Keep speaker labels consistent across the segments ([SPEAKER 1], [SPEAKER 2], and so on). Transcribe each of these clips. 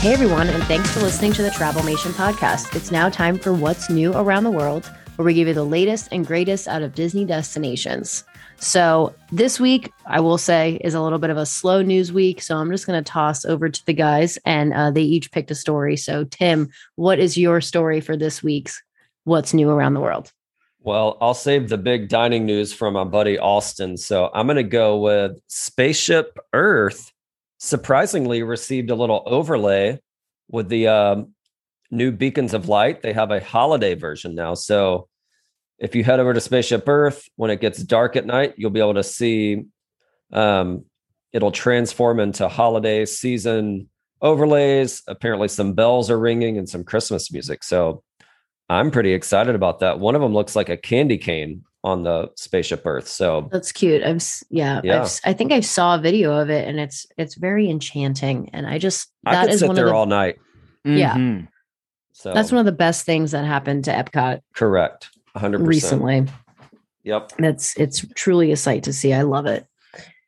[SPEAKER 1] Hey, everyone, and thanks for listening to the Travel Nation podcast. It's now time for What's New Around the World, where we give you the latest and greatest out of Disney destinations. So, this week, I will say, is a little bit of a slow news week. So, I'm just going to toss over to the guys, and uh, they each picked a story. So, Tim, what is your story for this week's What's New Around the World?
[SPEAKER 2] Well, I'll save the big dining news from my buddy Austin. So I'm going to go with Spaceship Earth. Surprisingly, received a little overlay with the um, new beacons of light. They have a holiday version now. So if you head over to Spaceship Earth, when it gets dark at night, you'll be able to see um, it'll transform into holiday season overlays. Apparently, some bells are ringing and some Christmas music. So I'm pretty excited about that. One of them looks like a candy cane on the spaceship Earth. So
[SPEAKER 1] That's cute. I've s- yeah,
[SPEAKER 2] Yeah.
[SPEAKER 1] I've, si think I saw a video of it, and it's it's very enchanting. And I just
[SPEAKER 2] I
[SPEAKER 1] that
[SPEAKER 2] could
[SPEAKER 1] is
[SPEAKER 2] sit
[SPEAKER 1] one of
[SPEAKER 2] there
[SPEAKER 1] the
[SPEAKER 2] all Mm-hmm. night.
[SPEAKER 1] Yeah.
[SPEAKER 3] Mhm.
[SPEAKER 2] So
[SPEAKER 1] that's one of the best things that happened to Epcot
[SPEAKER 2] correct. 100%.
[SPEAKER 1] recently.
[SPEAKER 2] Yep.
[SPEAKER 1] That's it's truly a sight to see. I love it.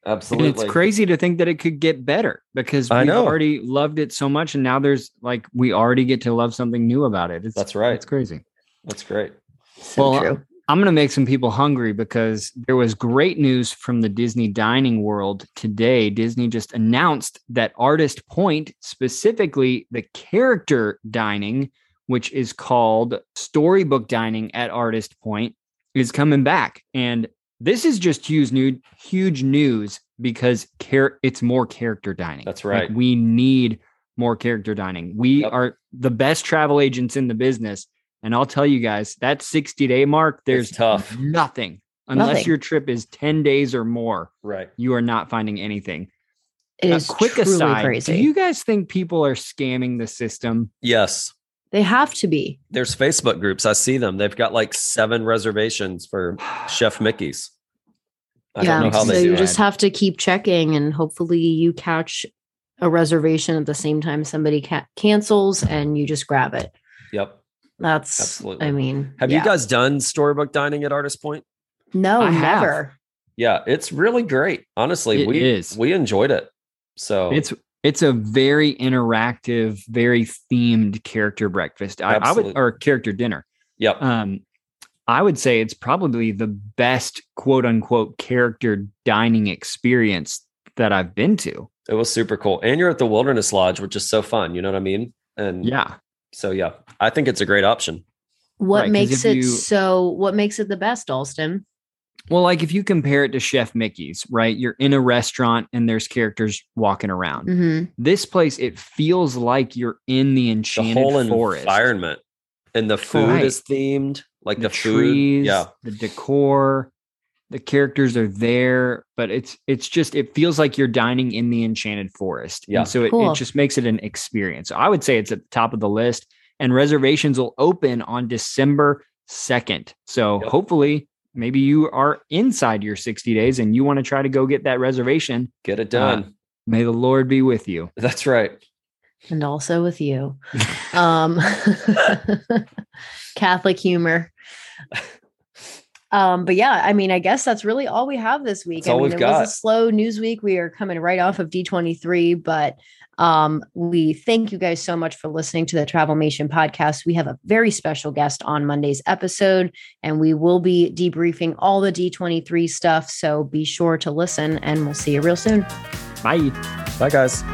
[SPEAKER 3] And
[SPEAKER 2] Absolutely.
[SPEAKER 3] it's crazy to think that it could get better because
[SPEAKER 2] I
[SPEAKER 3] we've
[SPEAKER 2] know.
[SPEAKER 3] already loved it so much, and now there's like we already get to love something new about it. It's,
[SPEAKER 2] That's right.
[SPEAKER 3] It's crazy.
[SPEAKER 2] That's great.
[SPEAKER 1] So
[SPEAKER 3] Well,
[SPEAKER 1] true.
[SPEAKER 3] I'm going to make some people hungry because there was great news from the Disney dining world today. Disney just announced that Artist Point, specifically the character dining, which is called Storybook Dining at Artist Point, is coming back. And this is just huge news, huge news because care it's more character dining.
[SPEAKER 2] That's
[SPEAKER 3] Like,
[SPEAKER 2] right.
[SPEAKER 3] we need more character dining. We
[SPEAKER 2] Yep.
[SPEAKER 3] are the best travel agents in the business. And I'll tell you guys, that 60 day mark, there's
[SPEAKER 2] It's tough.
[SPEAKER 3] nothing. Unless
[SPEAKER 1] Nothing.
[SPEAKER 3] your trip is 10 days or more,
[SPEAKER 2] Right.
[SPEAKER 3] you are not finding anything.
[SPEAKER 1] It is
[SPEAKER 3] A quick
[SPEAKER 1] truly
[SPEAKER 3] aside,
[SPEAKER 1] crazy.
[SPEAKER 3] do you guys think people are scamming the system?
[SPEAKER 2] Yes.
[SPEAKER 1] they have to be.
[SPEAKER 2] There's Facebook groups. I see them. They've got like seven reservations for Chef Mickey's. I
[SPEAKER 1] yeah.
[SPEAKER 2] don't know how
[SPEAKER 1] so
[SPEAKER 2] they
[SPEAKER 1] you
[SPEAKER 2] do it.
[SPEAKER 1] just have to keep checking, and hopefully you catch a reservation at the same time somebody ca- cancels, and you just grab it.
[SPEAKER 2] Yep.
[SPEAKER 1] That's
[SPEAKER 2] Absolutely.
[SPEAKER 1] I mean,
[SPEAKER 2] Have
[SPEAKER 1] yeah.
[SPEAKER 2] you guys done storybook dining at Artist Point?
[SPEAKER 1] No,
[SPEAKER 3] I have.
[SPEAKER 1] never.
[SPEAKER 2] Yeah, it's really great. Honestly,
[SPEAKER 3] It
[SPEAKER 2] we
[SPEAKER 3] is.
[SPEAKER 2] we enjoyed it. So
[SPEAKER 3] It's it's a very interactive, very themed character breakfast. I, I would
[SPEAKER 2] Absolutely.
[SPEAKER 3] or character dinner.
[SPEAKER 2] yep.
[SPEAKER 3] um, I would say it's probably the best quote unquote character dining experience that I've been to.
[SPEAKER 2] It was super cool. And you're at the Wilderness Lodge, which is so fun. You know what I mean? And
[SPEAKER 3] Yeah.
[SPEAKER 2] so, yeah, I think it's a great option.
[SPEAKER 1] What
[SPEAKER 3] Right, 'cause
[SPEAKER 1] makes
[SPEAKER 3] if
[SPEAKER 1] it
[SPEAKER 3] you-
[SPEAKER 1] so? What makes it the best, Alston?
[SPEAKER 3] Well, like if you compare it to Chef Mickey's, right? You're in a restaurant and there's characters walking around.
[SPEAKER 1] hmm
[SPEAKER 3] This place, it feels like you're in the
[SPEAKER 2] The
[SPEAKER 3] enchanted
[SPEAKER 2] whole
[SPEAKER 3] forest.
[SPEAKER 2] environment and the food
[SPEAKER 3] Right.
[SPEAKER 2] is themed, like
[SPEAKER 3] the,
[SPEAKER 2] the, food.
[SPEAKER 3] trees,
[SPEAKER 2] Yeah,
[SPEAKER 3] the decor, the characters are there, but it's it's just it feels like you're dining in the enchanted forest.
[SPEAKER 2] Yeah.
[SPEAKER 3] And so it,
[SPEAKER 1] Cool.
[SPEAKER 3] it just makes it an experience. So I would say it's at the top of the list. And reservations will open on December 2nd. So
[SPEAKER 2] Yep.
[SPEAKER 3] hopefully maybe you are inside your 60 days and you want to try to go get that reservation.
[SPEAKER 2] get it done.
[SPEAKER 3] May the Lord be with you.
[SPEAKER 2] That's right.
[SPEAKER 1] And also with you, um, Catholic humor. Um, but yeah, I mean, I guess that's really all we have this week.
[SPEAKER 2] That's all
[SPEAKER 1] I mean,
[SPEAKER 2] we've
[SPEAKER 1] it
[SPEAKER 2] got.
[SPEAKER 1] was a slow news week. We are coming right off of D23, but um, we thank you guys so much for listening to the Travel Nation podcast. We have a very special guest on Monday's episode, and we will be debriefing all the D23 stuff. So be sure to listen, and we'll see you real soon.
[SPEAKER 3] Bye.
[SPEAKER 2] Bye, guys.